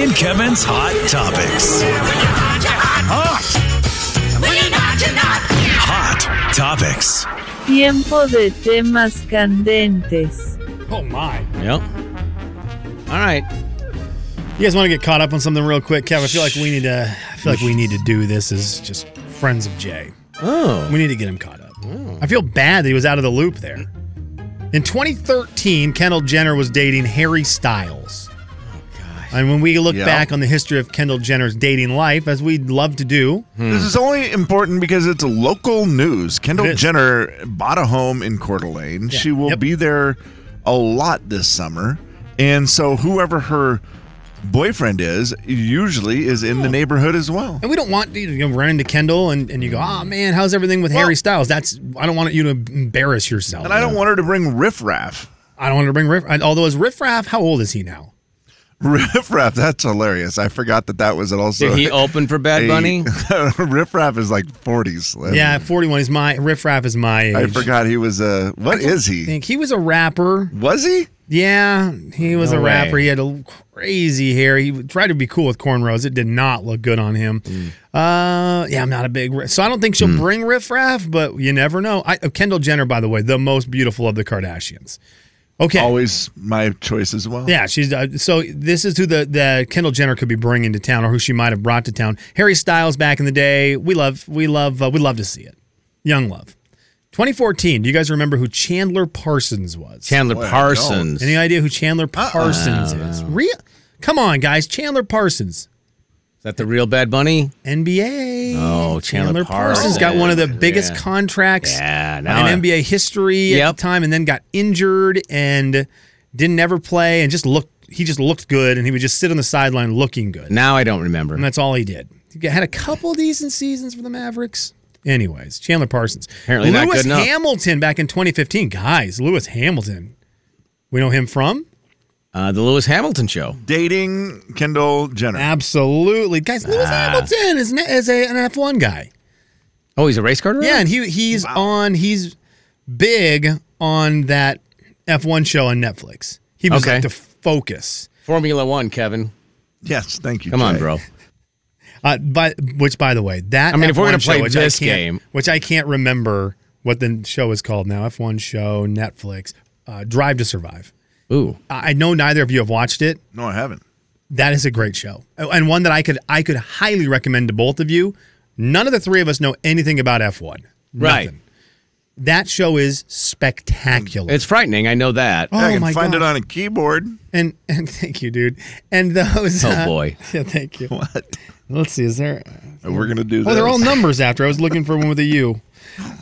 and Kevin's Hot Topics. Hot Topics. Tiempo de temas candentes. Oh my! Yep. All right. You guys want to get caught up on something real quick, Kev? I feel like we need to. I feel like we need to do this as just friends of Jay. Oh. We need to get him caught up. I feel bad that he was out of the loop there. In 2013, Kendall Jenner was dating Harry Styles. Oh, And when we look Yeah. back on the history of Kendall Jenner's dating life, as we love to do, This is only important because it's local news. It Kendall is. Jenner bought a home in Coeur d'Alene. She will Yep. be there a lot this summer. And so whoever her boyfriend is usually is in the neighborhood as well. Oh. and we don't want you to you know, run into Kendall and, and you go, oh man, how's everything with Harry Styles? That's I don't want you to embarrass yourself. And I don't want her to bring riffraff. I don't want to bring Riff. and Although is Riff Raff, how old is he now? Riffraff, that's hilarious. I forgot that that was also. Did he open for Bad a- Bunny? riffraff is like 40s. Yeah, 41 is my Riff Raff is my age. I forgot he was a. What is I he? think he was a rapper. Was he? Yeah, he was No a rapper. way. He had a crazy hair. He tried to be cool with cornrows. It did not look good on him. Mm. Uh, yeah, I'm not a big ri- so I don't think she'll bring riff raff, but you never know. I, uh, Kendall Jenner, by the way, the most beautiful of the Kardashians. Okay, Always my choice as well. yeah, she's uh, so this is who the the Kendall Jenner could be bringing to town, or who she might have brought to town. Harry Styles back in the day. We love, we love, uh, we love to see it. Young love. 2014. Do you guys remember who Chandler Parsons was? Chandler Boy, I don't. Parsons. Any idea who Chandler Parsons is? Real? Come on, guys. Chandler Parsons, Is that the real Bad Bunny? NBA. Oh, Chandler Parsons got one of the biggest Yeah. contracts Yeah, in now I- NBA history at Yep. the time, and then got injured and didn't ever play, and just looked. He just looked good, and he would just sit on the sideline looking good, and Now I don't remember. that's all he did. He had a couple decent seasons for the Mavericks. Anyways, Chandler Parsons. Apparently not Lewis good enough. Hamilton back in 2015. Guys, Lewis Hamilton. We know him from? Uh, the Lewis Hamilton show. Dating Kendall Jenner. Absolutely, guys. Lewis Ah. Hamilton is, na- is a, an F one guy. Oh, he's a race car driver. Yeah, and he he's on he's big on that F one show on Netflix. He was Okay. like the focus. Formula One, Kevin. Yes, thank you. Come on, Jay. bro. Uh, by which, by the way, that I mean, if we're F1 gonna show, play which this I can't- game- which I can't remember what the show is called now. F one show Netflix. Uh, Drive to Survive. Ooh, I I know neither of you have watched it. No, I haven't. That is a great show Oh, and one that I could I could highly recommend to both of you. None of the three of us know anything about F one. Right. That show is spectacular. it's frightening. I know that. oh I can my find god! it on a keyboard. and and thank you, dude. And those. Oh, uh, boy. Yeah, thank you. What? Let's see. Is there? We're gonna do. Well, this. they're all numbers after. I was looking for one with a U.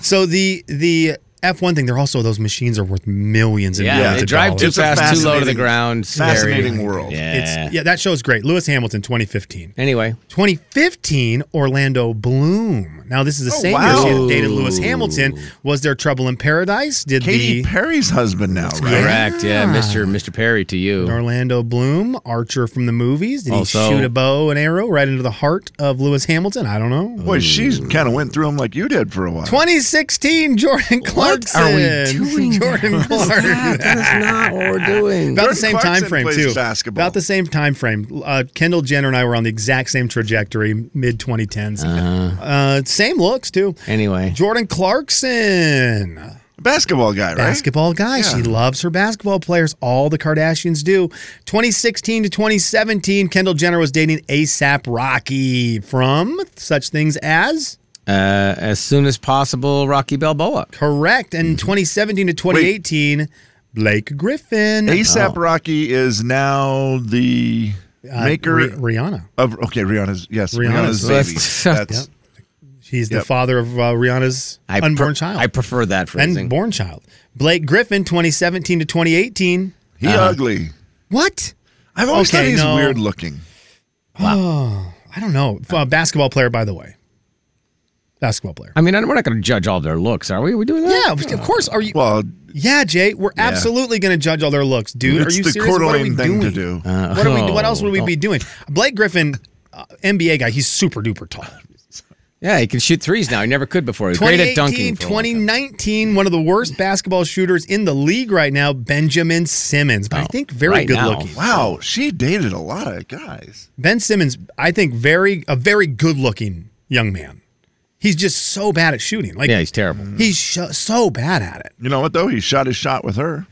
So the the F one thing. They're also those machines are worth millions and Yeah, millions they of drive dollars. too It's a fast, too low to the fascinating- ground. Scary. fascinating world. Yeah. It's yeah. That show's great. Lewis Hamilton, 2015. Anyway, 2015, Orlando Bloom. Now, this is the Oh, same wow. year she had dated Lewis Hamilton. Was there trouble in paradise? Did the Katy Perry's husband now, right? correct. Yeah, Mr. Mr. Perry to you. Orlando Bloom, Archer from the movies, did Also- he shoot a bow and arrow right into the heart of Lewis Hamilton? I don't know. Boy, she's kind of went through them like you did for a while. 2016, Jordan Clarkson. are we doing? Jordan Clarkson. that is not what we're doing. About the Jordan same Clarkson time frame plays too. basketball. About the same time frame. Uh, Kendall Jenner and I were on the exact same trajectory, mid 2010s. Uh-huh. uh same looks too. Anyway, Jordan Clarkson, Basketball guy, right? basketball guy. She loves her basketball players. All the Kardashians do. 2016 to 2017, Kendall Jenner was dating ASAP Rocky from such things as uh, as soon as possible, Rocky Balboa. correct. And Mm-hmm. 2017 to 2018, Blake Griffin, ASAP Rocky is now the Uh, maker Ri- Rihanna. of. Okay, Rihanna's. Yes, Rihanna's- Rihanna's, baby. That's- That's She's the Yep. father of uh, Rihanna's I unborn pre- child. I prefer that phrasing. and born child. Blake Griffin, 2017 to 2018. he ugly. What? I've always Uh-huh. Okay, thought he's no. weird looking. I don't know. F- uh, basketball player, by the way. Basketball player. I mean, I- we're not going to judge all their looks, are we? Are we doing that? Yeah, of course. Are you? Well, Yeah, Jay. We're absolutely going to judge all their looks, dude. it's are you the serious? Coeur What are we d'Alene thing doing? Uh, to do. Uh, Oh. What are we? What else would we Oh, be doing? Blake Griffin, uh, NBA guy. He's super duper tall. Yeah, he can shoot threes now. He never could before. He was great at 2018, dunking. for a long time. 2019, one of the worst basketball shooters in the league right now, Benjamin Simmons. But I Oh, think very right good now. looking. Wow, she dated a lot of guys. Ben Simmons, I think very a very good looking young man. He's just so bad at shooting. Like Yeah, he's terrible. he's sh- so bad at it. You know what though? He shot his shot with her.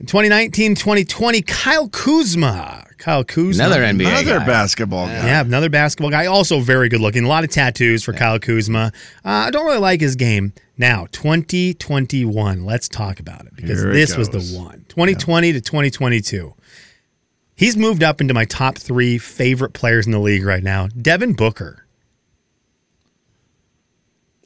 In 2019, 2020, Kyle Kuzma. Kyle Kuzma. Another NBA Another guy. basketball guy. Yeah, another basketball guy, also very good looking. A lot of tattoos for Kyle Kuzma. Uh, I don't really like his game. Now, 2021, let's talk about it because Here it this was goes. the one. 2020 to 2022. He's moved up into my top three favorite players in the league right now. Devin Booker.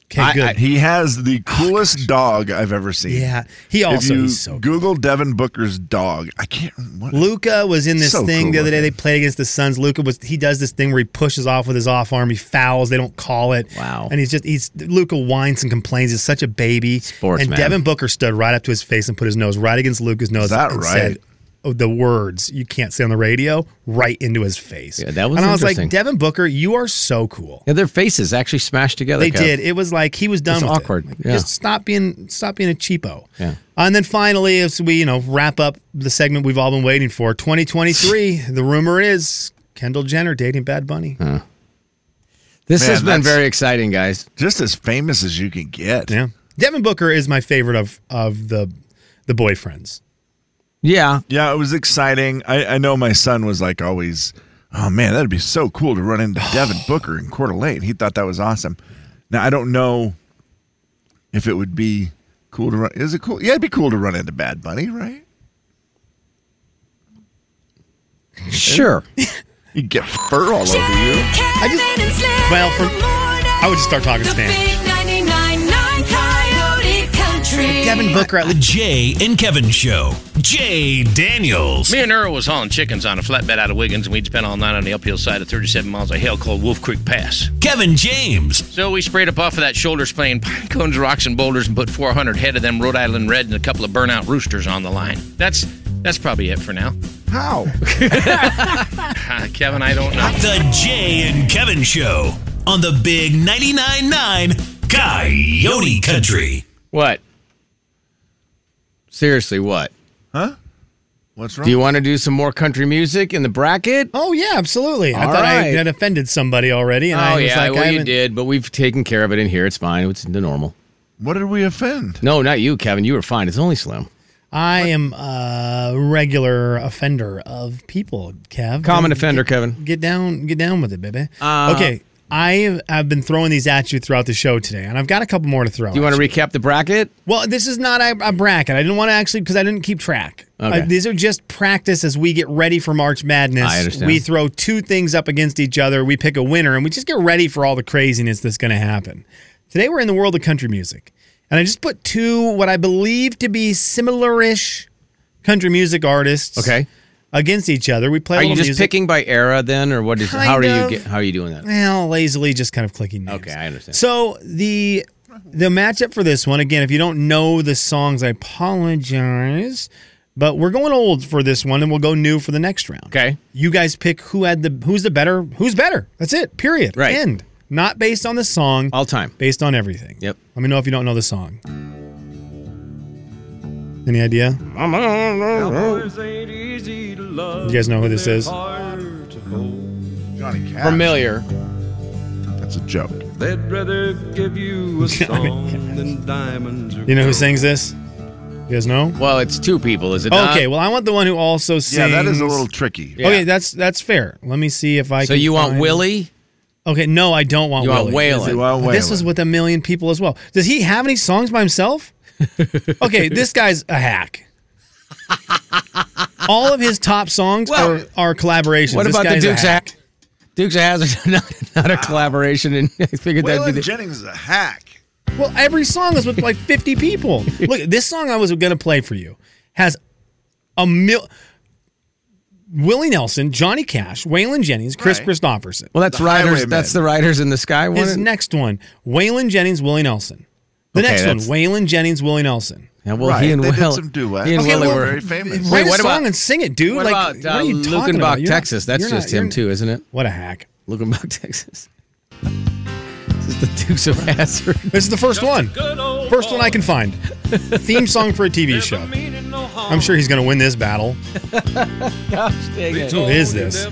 Okay, I- Oh, good. I- He has the coolest dog I've ever seen. yeah, he If also you he's so good. Google Devin Booker's dog, I can't. What, Luca was in this So thing cool the other day. They looking. played against the Suns. Luca was he does this thing where he pushes off with his off arm. He fouls. They don't call it. Wow. And he's just he's Luca whines and complains. He's such a baby. Sports, and man. Devin Booker stood right up to his face and put his nose right against Luca's nose. that and right? Said, oh, the words you can't say on the radio right into his face. Yeah, that was And I was like, interesting. Devin Booker, you are so cool. Yeah, their faces actually smashed together. They Kev. did. It was like he was done It's with it. awkward. Like, Yeah. Just stop being stop being a cheapo. Uh, Yeah. And then finally, as we you know wrap up the segment we've all been waiting for, 2023. the rumor is Kendall Jenner dating Bad Bunny. This Man, has been that's- very exciting, guys. just as famous as you can get. Yeah. Devin Booker is my favorite of of the the boyfriends. Yeah, Yeah, it was exciting. I, I know my son was like always, oh man, that'd be so cool to run into Devin Booker in Coeur d'Alene. He thought that was awesome. Now I don't know if it would be cool to run. Is it cool? Yeah, it'd be cool to run into Bad Bunny, right? sure. You get fur all over you. I just- well, for- I would just start talking Spanish. Devin Booker, at The Jay and Kevin Show. Jay Daniels. Me and Earl was hauling chickens on a flatbed out of Wiggins, and we'd spent all night on the uphill side of 37 miles of hell called Wolf Creek Pass. Kevin James. So we sprayed up off of that shoulder splane pine cones, rocks, and boulders, and put 400 head of them Rhode Island Red and a couple of burnout roosters on the line. That's that's probably it for now. How? Uh, Kevin, I don't know. The Jay and Kevin Show on the big 99.9 9 Coyote Country. What? Seriously, what? What's wrong? Do you want to do some more country music in the bracket? oh yeah, absolutely. I All thought I right. had offended somebody already, and I oh was yeah, like, I well you haven't- did, but we've taken care of it in here. It's fine. It's the normal. what did we offend? No, not you, Kevin. You were fine. It's only Slim. I am a regular offender of people, Kev. Common Don't offender, Kevin. Get down, get down with it, baby. Uh, okay, I have been throwing these at you throughout the show today, and I've got a couple more to throw. Do you want to recap the bracket? Well, this is not a, a bracket. I didn't want to actually because I didn't keep track. Okay. Uh, these are just practice as we get ready for March Madness. I understand. We throw two things up against each other. We pick a winner, and we just get ready for all the craziness that's going to happen. Today we're in the world of country music, and I just put two what I believe to be similar-ish country music artists. Okay. Against each other, we play. a Are you little just music. picking by era then, or what is? Kind how are of. you get, How are you doing that? Well, lazily just kind of clicking names. Okay, I understand. So the the matchup for this one, again, if you don't know the songs, I apologize. But we're going old for this one and we'll go new for the next round. Okay. You guys pick who had the who's the better who's better. That's it. Period. Right. End. Not based on the song, All time. based on everything. Yep. Let me know if you don't know the song. Any idea? You guys know who this is? Johnny Cash. Familiar. That's a joke. They'd rather give you a song than diamonds. Or You know who sings this? You guys know? Well, it's two people, is it? not? Okay, well, I want the one who also sings. Yeah, that is a little tricky. Yeah. Okay, that's that's fair. Let me see if I. So can you want find- Willie? Okay, no, I don't want. You want Willie. Waylon? Well, But This is with a million people as well. Does he have any songs by himself? okay, this guy's a hack. All of his top songs Well, are, are collaborations. What This about the guy's a Duke's hack. Act? Dukes of Hazard, not, not a collaboration, and I figured that'd Waylon be the, Jennings is a hack. Well, every song is with like 50 people. Look, this song I was going to play for you has a mil. Willie Nelson, Johnny Cash, Waylon Jennings, Chris Right. Christopherson. well. That's The riders. Highwaymen. That's the riders in the sky one. His next one, Waylon Jennings, Willie Nelson. The Okay, next one, that's- Waylon Jennings, Willie Nelson. Yeah, well, right. he and they Will, did some duets. He and Okay, Willie well, were very famous. Wait, Write what a about- song and sing it, dude. What like, about what uh, are you talking Lukenbach, about? You're not- Texas? That's you're just not- him you're- too, isn't it? What a hack! Lukenbach, Texas. It's a is the Dukes of Hazard. This is the first one. First one I can find. Theme song for a TV show. I'm sure he's going to win this battle. Who is this?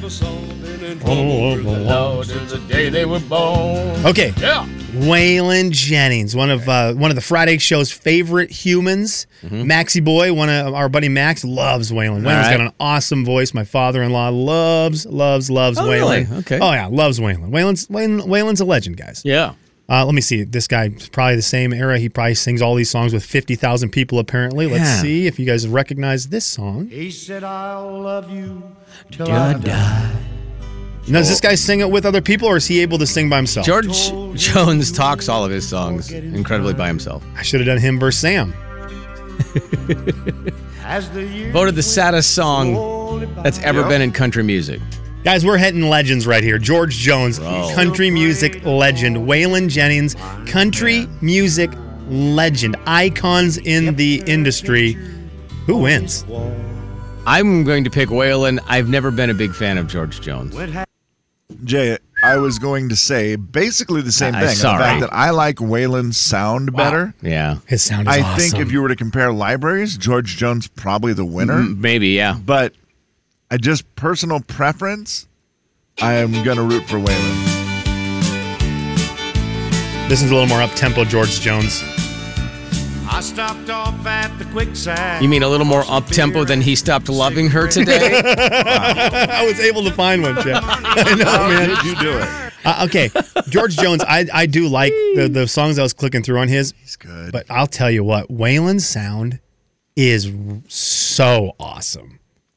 Okay. Yeah. Waylon Jennings, one of uh, one of the Friday show's favorite humans. Maxie Boy, one of our buddy Max loves Waylon. Waylon's Mm-hmm. right. got an awesome voice. My father-in-law loves, loves, loves Oh, Waylon. really? Okay. Oh yeah, loves Waylon. Waylon's Waylon, Waylon's a legend, guys. Yeah. Uh, let me see. This guy's probably the same era. He probably sings all these songs with 50,000 people, apparently. Let's Yeah. see if you guys recognize this song. He said, I'll love you till I George die. Now, does this guy sing it with other people or is he able to sing by himself? Jones talks all of his songs incredibly by himself. I should have done him versus Sam. As the years Voted the saddest song slowly by. that's ever been in country music. Guys, we're hitting legends right here. George Jones, Bro. country music legend. Waylon Jennings, country music legend. Icons in the industry. Who wins? I'm going to pick Waylon. I've never been a big fan of George Jones. Jay, I was going to say basically the same Uh, thing. sorry. The fact that I like Waylon's sound better. Yeah. His sound is I awesome. think if you were to compare libraries, George Jones probably the winner. Mm, Maybe, yeah. But I just personal preference, I am gonna root for Waylon. This is a little more up tempo, George Jones. I stopped off at the quicksand. You mean a little more up tempo than he stopped loving her today? I was able to find one, Jeff. I know, man. Did you do it? Uh, okay, George Jones. I, I do like the, the songs I was clicking through on his, He's good. but I'll tell you what, Waylon's sound is so awesome.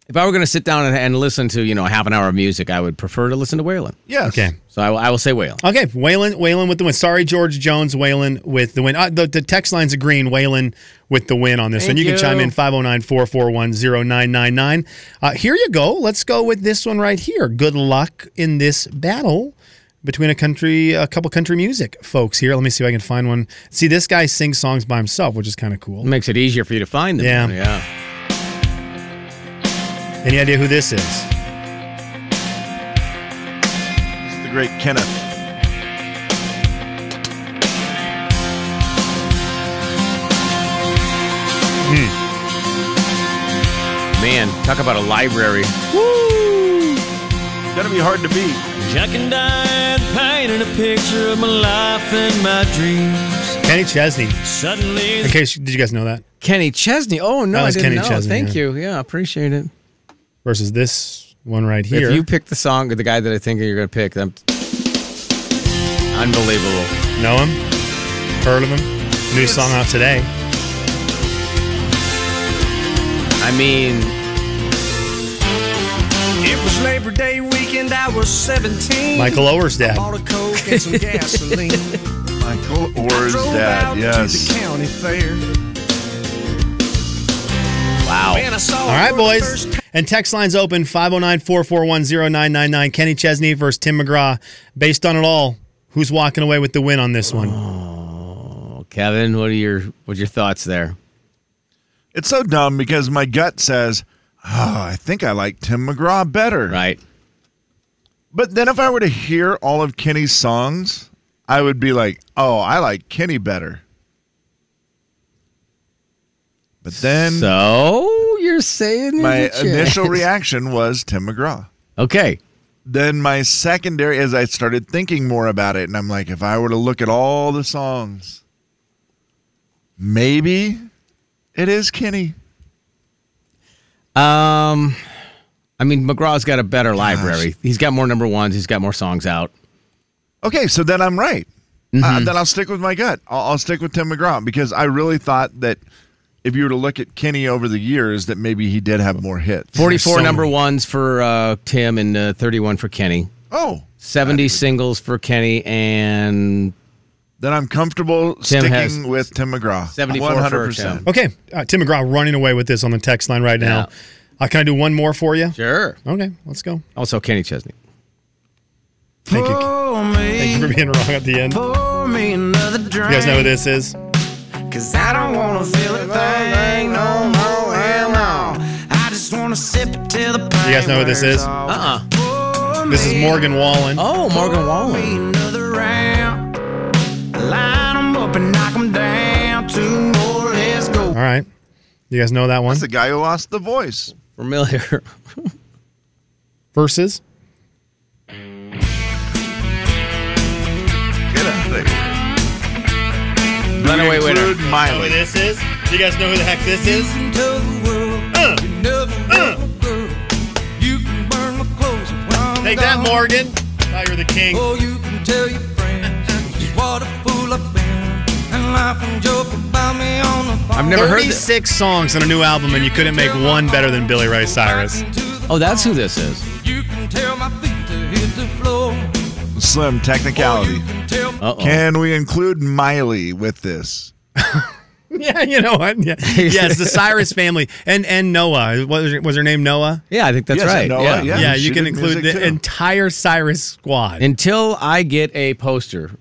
if I were going to sit down and, and listen to, you know, half an hour of music, I would prefer to listen to Waylon. yes. Okay, So I, will- I will say Waylon. okay, Waylon, Waylon with the win. Sorry, George Jones, Waylon with the win. Uh, the, the text line's agreeing, Waylon with the win on this, and Thank you, can you. chime in 509-441-0999. Uh, here you go. Let's go with this one right here. Good luck in this battle. Between a country, a couple country music folks here. Let me see if I can find one. See, this guy sings songs by himself, which is kind of cool. It makes it easier for you to find them. Yeah. Yeah. Any idea who this is? The great Kenneth. Man, talk about a library. Gonna be hard to beat. Jack and I painted a picture of my life and my dreams. Kenny Chesney. Suddenly, In case, did you guys know that? Kenny Chesney. Oh, no, That I was didn't Kenny know. Chesney, Thank yeah. you. Yeah, appreciate it. Versus this one right here. If you pick the song or the guy that I think you're going to pick, then unbelievable. know him, heard of him, new song out today. I mean, it was Labor Day weekend. I was 17. Michael Ower's dad. Bought a coke and some gasoline. Michael Orr's Drove out dad, to the yes. county fair. wow. Man, I saw All right, her boys. first And text lines open 509 441 0999. Kenny Chesney versus Tim McGraw. Based on it all, who's walking away with the win on this Oh. one? Well, Kevin, what are your what are your thoughts there? It's so dumb because my gut says, oh, I think I like Tim McGraw better. Right. But then if I were to hear all of Kenny's songs, I would be like, oh, I like Kenny better. But then So you're saying there's my a chance. initial reaction was Tim McGraw. Okay. Then my secondary, as I started thinking more about it, and I'm like, if I were to look at all the songs, maybe it is Kenny. Um, I mean McGraw's got a better library. He's got more number ones. He's got more songs out. Okay, so then I'm right. Uh, then I'll stick with my gut. I'll, I'll stick with Tim McGraw because I really thought that if you were to look at Kenny over the years, that maybe he did have more hits. Forty-four so number many. ones for uh, Tim and uh, thirty-one for Kenny. Oh, Seventy singles for Kenny and then I'm comfortable sticking has with Tim McGraw. 74 for Tim. Okay. Uh, Tim McGraw running away with this on the text line right now. Uh, can I do one more for you? sure. Okay, let's go. Also Kenny Chesney. Thank you. for Thank me, you for being wrong at the end. You pour me another drink. guys know who this is? Cause I don't wanna feel a thing no more, hell no. I just wanna sip it till the pain You guys know who this wears is? off. Uh-uh. Pour This is me Morgan Wallen. Oh, Morgan Wallen. another round. Line 'em up and knock 'em down. Two more, let's go. All right. You guys know that one? That's the guy who lost the voice. Familiar. Versus? Get out of there. Runaway winner. Include Miley. this is? Do you guys know who the heck this is? Into the world, Uh, another world, girl. You can burn my clothes when I'm gone. Morgan. Thought you were the king. Oh, you can tell your friends just what a fool I've been. And laugh and joke about me on the phone. I've never heard this. 36 songs on a new album, and you couldn't make one better than Billy Ray Cyrus. Oh, that's who this is. You can tell my feet to hit the floor. Slim technicality. Uh oh. Can we include Miley with this? yeah, you know what? Yeah. Yes, the Cyrus family and and Noah. What was, her, was her name? Noah. Yeah, I think that's Yes, right. Noah, yeah. yeah. yeah, you she can did include music the too. entire Cyrus squad. Until I get a poster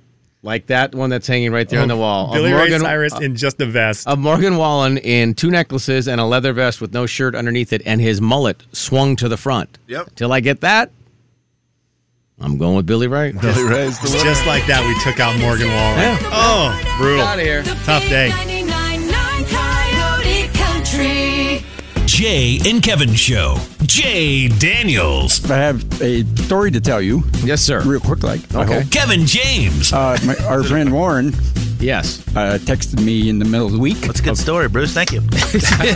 like that one that's hanging right there on the wall Billy of Ray Morgan, uh, Cyrus in just a vest. of Morgan Wallen in two necklaces and a leather vest with no shirt underneath it, and his mullet swung to the front. Yep. Till I get that, I'm going with Billy Ray. Billy Ray's the winner. just like that, we took out Morgan Wallen. Yeah. Oh, Outta brutal. here. Tough day. Coyote Country. Jay and Kevin Show. Jay Daniels. I have a story to tell you, Yes, sir. real quick, like I Okay. hope. Kevin James. Uh, my, our friend Warren Yes. uh, texted me in the middle of the week. That's a good story, Bruce. Thank you. Good story,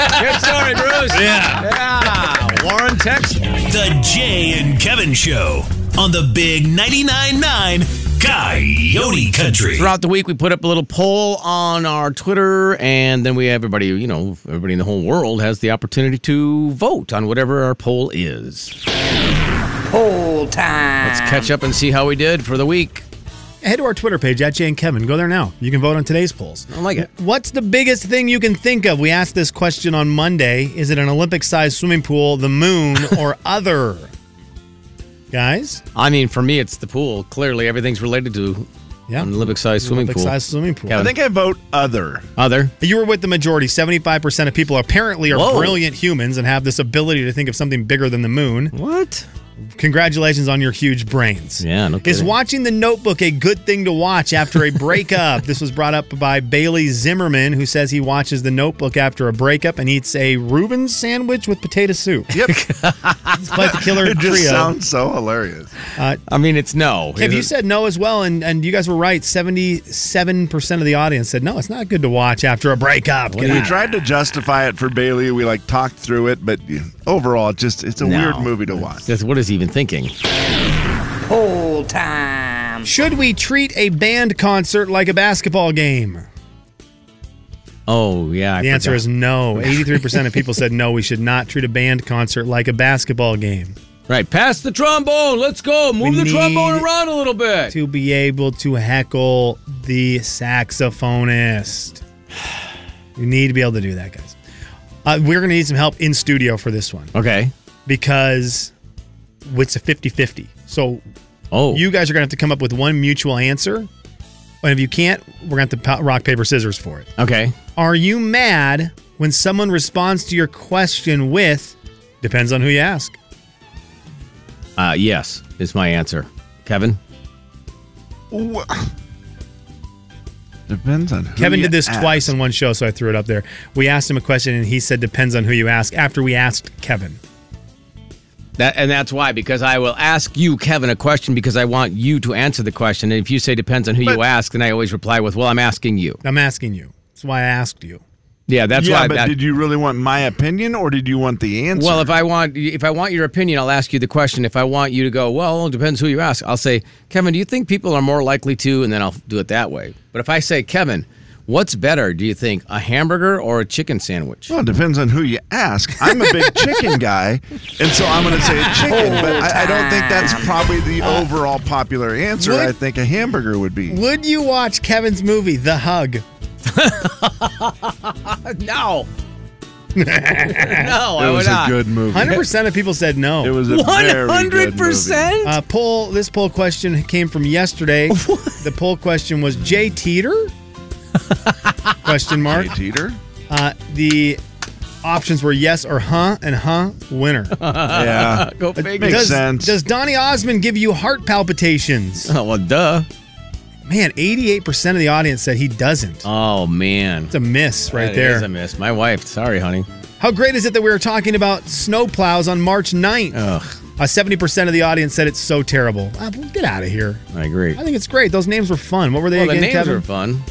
Bruce. Yeah. Yeah. Warren Tex. The Jay and Kevin Show on the Big 99.9 Coyote Country. Throughout the week, we put up a little poll on our Twitter, and then we everybody, you know, everybody in the whole world has the opportunity to vote on whatever our poll is. Poll time. Let's catch up and see how we did for the week. Head to our Twitter page at Jay and Kevin. Go there now. You can vote on today's polls. I like it. What's the biggest thing you can think of? We asked this question on Monday. Is it an Olympic sized swimming pool, the moon, or other? Guys? I mean, for me, it's the pool. Clearly, everything's related to Yeah. an Olympic-sized swimming Olympic pool. sized swimming pool. Yeah. I think I vote other. Other. You were with the majority. 75% of people apparently are Whoa. brilliant humans and have this ability to think of something bigger than the moon. What? Congratulations on your huge brains. Yeah, no Is kidding. watching The Notebook a good thing to watch after a breakup? this was brought up by Bailey Zimmerman, who says he watches The Notebook after a breakup and eats a Reuben sandwich with potato soup. Yep. Despite the killer it trio. just sounds so hilarious. I mean, it's no. Kev, you said no as well, and, and you guys were right. 77% of the audience said no, it's not good to watch after a breakup. Get We out. tried to justify it for Bailey. We like talked through it, but you know, overall, it just it's a No. weird movie to watch. That's- what is he even thinking? Should we treat a band concert like a basketball game? Oh yeah. I The answer forgot. is no. 83% of people said no, we should not treat a band concert like a basketball game. right. Pass the trombone. Let's go. Move the need trombone around a little bit. to be able to heckle the saxophonist. You need to be able to do that, guys. Uh, we're going to need some help in studio for this one okay. because it's a 50 50. So Oh. you guys are going to have to come up with one mutual answer. And if you can't, we're going to have to po- rock, paper, scissors for it. okay. Are you mad when someone responds to your question with, depends on who you ask? Uh, yes is my answer. Kevin. Wha- Depends on who Kevin you did this ask. twice on one show, so I threw it up there. We asked him a question, and he said, "Depends on who you ask." After we asked Kevin, That and that's why because I will ask you Kevin a question because I want you to answer the question and if you say depends on who you But- ask then I always reply with well I'm asking you. I'm asking you. That's why I asked you. Yeah, that's yeah, why. but that, did you really want my opinion or did you want the answer? Well, if I want if I want your opinion, I'll ask you the question. If I want you to go, well, it depends who you ask. I'll say, Kevin, do you think people are more likely to? And then I'll do it that way. But if I say, Kevin, what's better? Do you think a hamburger or a chicken sandwich? well, it depends on who you ask. I'm a big chicken guy, and so I'm going to say chicken, but I, I don't think that's probably the overall popular answer. would- I think a hamburger would be. Would you watch Kevin's movie, The Hug? No. no, I it would was not. a good movie. 100 percent of people said It no. was a One very good hundred movie. percent. Uh, poll. This poll question came from yesterday. The poll question was Jay Teeter? question mark. Hey, Teeter? Uh, the options were yes or huh, and huh winner. yeah. Go figure. Makes does, sense. Does Donny Osmond give you heart palpitations? Oh, well, duh. Man, 88% of the audience said he doesn't. Oh man, It's a miss right That there. is a miss. My wife. Sorry, honey. How great is it that we were talking about snow plows on March 9th? Ugh, Uh, 70% of the audience said it's so terrible. Ah, well, get out of here. I agree. I think it's great. Those names were fun. What were they Well, the again, names Kevin? are fun.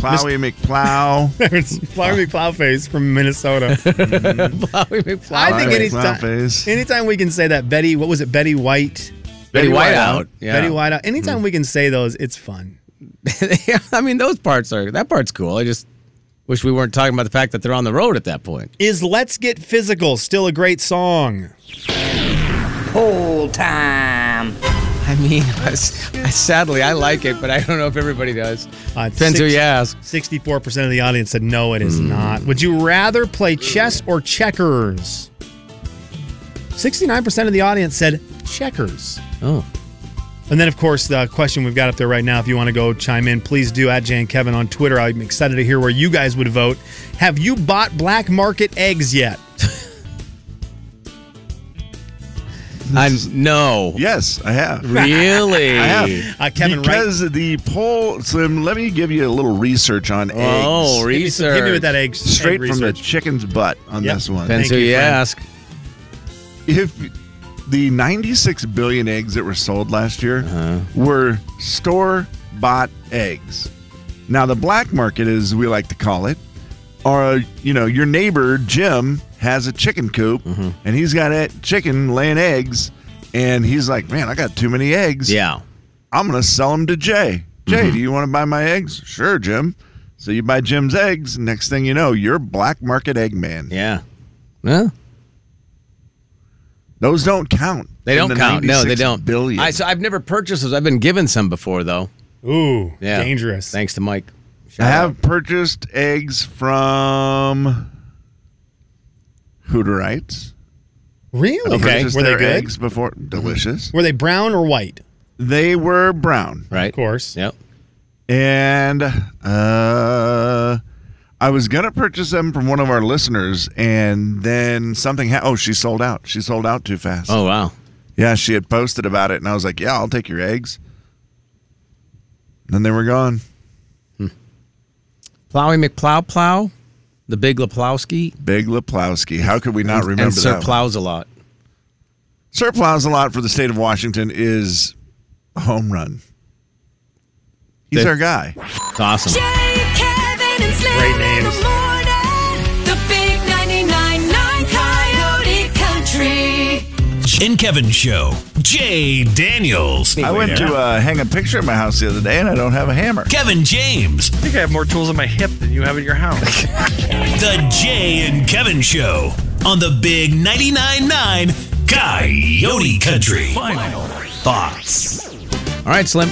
Plowy McPlow. it's Flowery Plowface from Minnesota. Bobby McFly. I think Flowery anytime, Plowface. anytime we can say that, Betty, what was it, Betty White? Betty Whiteout. Whiteout. Yeah. Mm. Betty Whiteout. Anytime we can say those, it's fun. I mean, those parts are that part's cool. I just wish we weren't talking about the fact that they're on the road at that point. Is Let's Get Physical still a great song? I mean, I, s- I- sadly, I like it, but I don't know if everybody does. Uh, Depends who six- you ask. 64% of the audience said no, it is not. Would you rather play chess or checkers? 69% of the audience said checkers. Oh, And then, of course, the question we've got up there right now, if you want to go chime in, please do at Jan Kevin on Twitter. I'm excited to hear where you guys would vote. Have you bought black market eggs yet? I no. yes, I have. Really? I have. Uh, Kevin, right? because the poll, so let me give you a little research on Oh, eggs. Give me some- research. Give me with that egg. egg Straight from the research. chicken's butt on Yep. this one. Depends Thank who you, you, friend. ask. if the 96 billion eggs that were sold last year Uh-huh. were store bought eggs. Now the black market as we like to call it are you know your neighbor Jim has a chicken coop Mm-hmm. and he's got a chicken laying eggs and he's like man I got too many eggs Yeah. I'm going to sell them to Jay. Jay, Mm-hmm. do you want to buy my eggs? Sure, Jim. So you buy Jim's eggs and next thing you know you're black market egg man. Yeah. No, Those don't count. they in don't the count. No, they 96 don't. billion. I, so I've never purchased those. I've been given some before, though. Ooh, Yeah. dangerous. Thanks to Mike. I Shout out. have purchased eggs from Hooterites. Really? I've Okay. purchased Were they their good? eggs before? Mm-hmm. Delicious. Were they brown or white? They were brown, right. Of course. Yep. and uh, I was gonna purchase them from one of our listeners, and then something. Ha- oh, she sold out. She sold out too fast. Oh wow. yeah, she had posted about it, and I was like, "Yeah, I'll take your eggs." Then they were gone. Plowy McPlow Plow, the Big Laplowski, Big Laplowski. How could we not remember and Sir that? one? Plows a lot. Sir Plows a lot for the state of Washington is a home run. He's The- our guy. It's awesome. Jay, Kevin, and Slim Great in the names. morning. The big 99.9 Coyote Country. and Kevin Show. Jay Daniels. I went to uh, hang a picture at my house the other day, and I don't have a hammer. Kevin James. I think I have more tools in my hip than you have in your house. The Jay and Kevin Show on the Big 99.9 9 Coyote Country. Final thoughts. All right, Slim.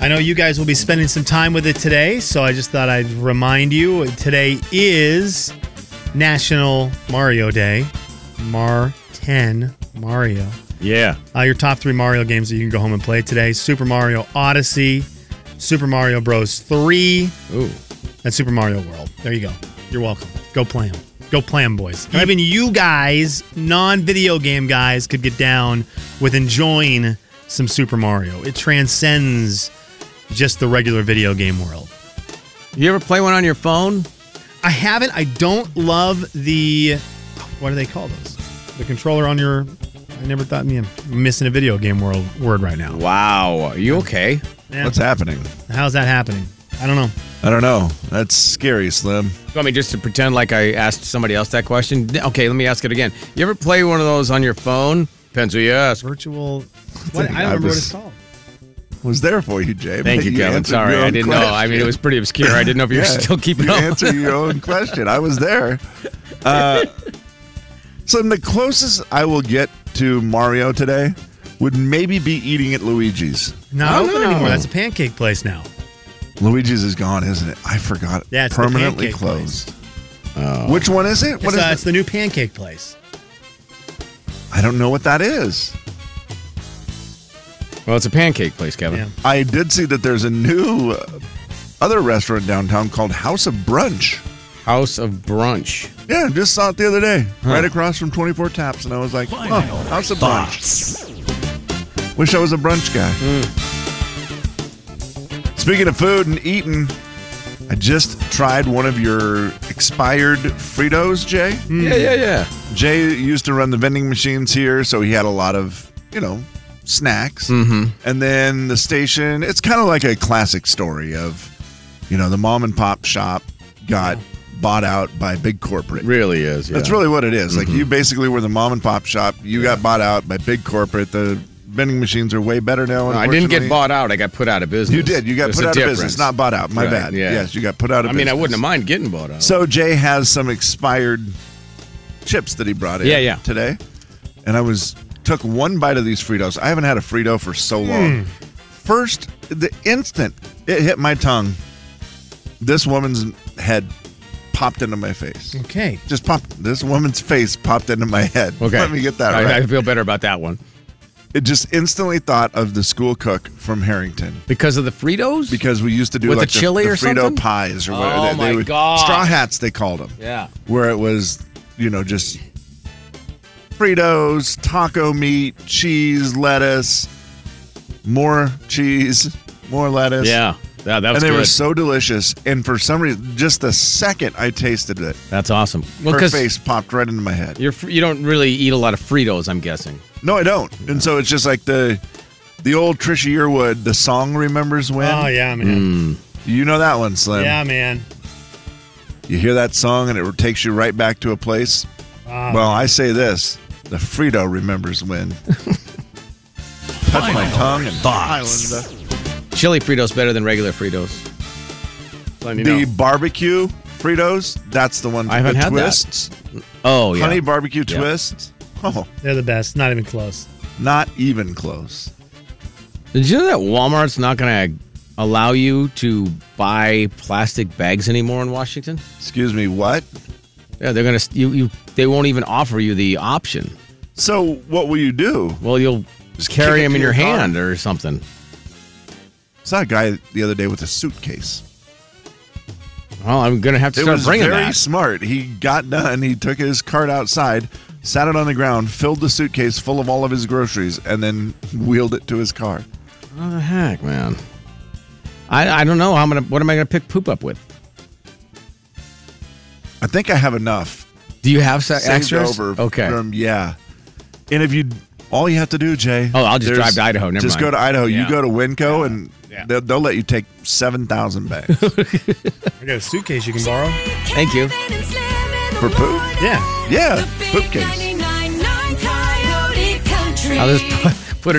I know you guys will be spending some time with it today, so I just thought I'd remind you today is National Mario Day. Mar 10 Mario. Yeah. Uh, your top three Mario games that you can go home and play today Super Mario Odyssey, Super Mario Bros. 3, Ooh. and Super Mario World. There you go. You're welcome. Go play them. Go play them, boys. Even you guys, non video game guys, could get down with enjoying some Super Mario. It transcends just the regular video game world. You ever play one on your phone? I haven't. I don't love the. What do they call those? The controller on your. I never thought. Man, I'm missing a video game world word right now. Wow. Are you okay? Yeah. What's happening? How's that happening? I don't know. I don't know. That's scary, Slim. I mean, just to pretend like I asked somebody else that question. Okay, let me ask it again. You ever play one of those on your phone? Depends who you ask. Virtual. what- I don't I remember what was- it's called. Was there for you, Jay. Thank but you, Kevin. answered Sorry, your I own didn't know. I mean, it was pretty obscure. I didn't know if you were Yeah, still keeping you up. answer your own question. I was there. Uh, so the closest I will get to Mario today would maybe be eating at Luigi's. Not Oh, open no. anymore. That's a pancake place now. Luigi's is gone, isn't it? I forgot. Yeah, it's the permanently pancake closed. Which one is it? What it's, is uh, it? it's the new pancake place. I don't know what that is. Well, it's a pancake place, Kevin. Yeah. I did see that there's a new uh, other restaurant downtown called House of Brunch. House of Brunch. Yeah, just saw it the other day, right across from 24 Taps, and I was like, oh, Final House of Brunch. thoughts. Wish I was a brunch guy. Speaking of food and eating, I just tried one of your expired Fritos, Jay. Yeah, yeah, yeah. Jay used to run the vending machines here, so he had a lot of, you know, snacks. Mm-hmm. And then the station, it's kind of like a classic story of, you know, the mom and pop shop got bought out by big corporate. Really is. That's really what it is. Like Mm-hmm. you basically were the mom and pop shop. You got bought out by big corporate. The vending machines are way better now. No, I didn't get unfortunately. bought out. I got put out of business. You did. You got There's put a out of business, difference. not bought out. My Right, bad. Yes, you got put out of I mean, I business. wouldn't have mind getting bought out. So Jay has some expired chips that he brought in Yeah, yeah. today. And I was took one bite of these Fritos. I haven't had a Frito for so Hmm. long. Mm. First, the instant it hit my tongue, this woman's head popped into my face. Okay. Just popped this woman's face popped into my head. Okay. Let me get that I, right. I feel better about that one. It just instantly thought of the school cook from Harrington. Because of the Fritos? Because we used to do With like the chili the or Frito something? pies or whatever. Oh They- they my would- God. Straw hats, they called them. Yeah. Where it was, you know, just Fritos, taco meat, cheese, lettuce, more cheese, more lettuce. Yeah. Yeah, that was And they were good. so delicious. And for some reason, just the second I tasted it, That's awesome. Well, her 'cause face popped right into my head. You're, fr- you don't really eat a lot of Fritos, I'm guessing. No, I don't. And so it's just like the the old Trisha Yearwood, the song remembers when. Oh, yeah, Mm. man. You know that one, Slim. Yeah, man. You hear that song and it takes you right back to a place. Ah, well, I say this: the Frito remembers when. Touch my tongue and thoughts. Chili Fritos better than regular Fritos. Let me the know. barbecue Fritos. That's the one. I haven't the had that. twists. Oh, yeah. honey barbecue Yeah. twists. Oh, They're the best. Not even close. not even close. Did you know that Walmart's not going to allow you to buy plastic bags anymore in Washington? Excuse me, what? Yeah, they're going to you, you they won't even offer you the option. So what will you do? Well, you'll just kick carry it them to in your, your car. hand or something. Saw a guy the other day with a suitcase. Well, I'm going to have to it start was bringing very that. smart. He got done. He took his cart outside, sat it on the ground, filled the suitcase full of all of his groceries, and then wheeled it to his car. What the heck, man? I, I don't know. How I'm gonna. What am I gonna pick poop up with? I think I have enough. Do you have sa- saved extras? Over Okay. from- yeah. And if you, all you have to do, Jay. Oh, I'll just there's- drive to Idaho. Never just mind. go to Idaho. Yeah. You go to Winco, and They'll, they'll let you take seven thousand bags I got a suitcase you can borrow. Thank you. for poop. Yeah. Yeah, poop case. Coyote Country. I'll just put,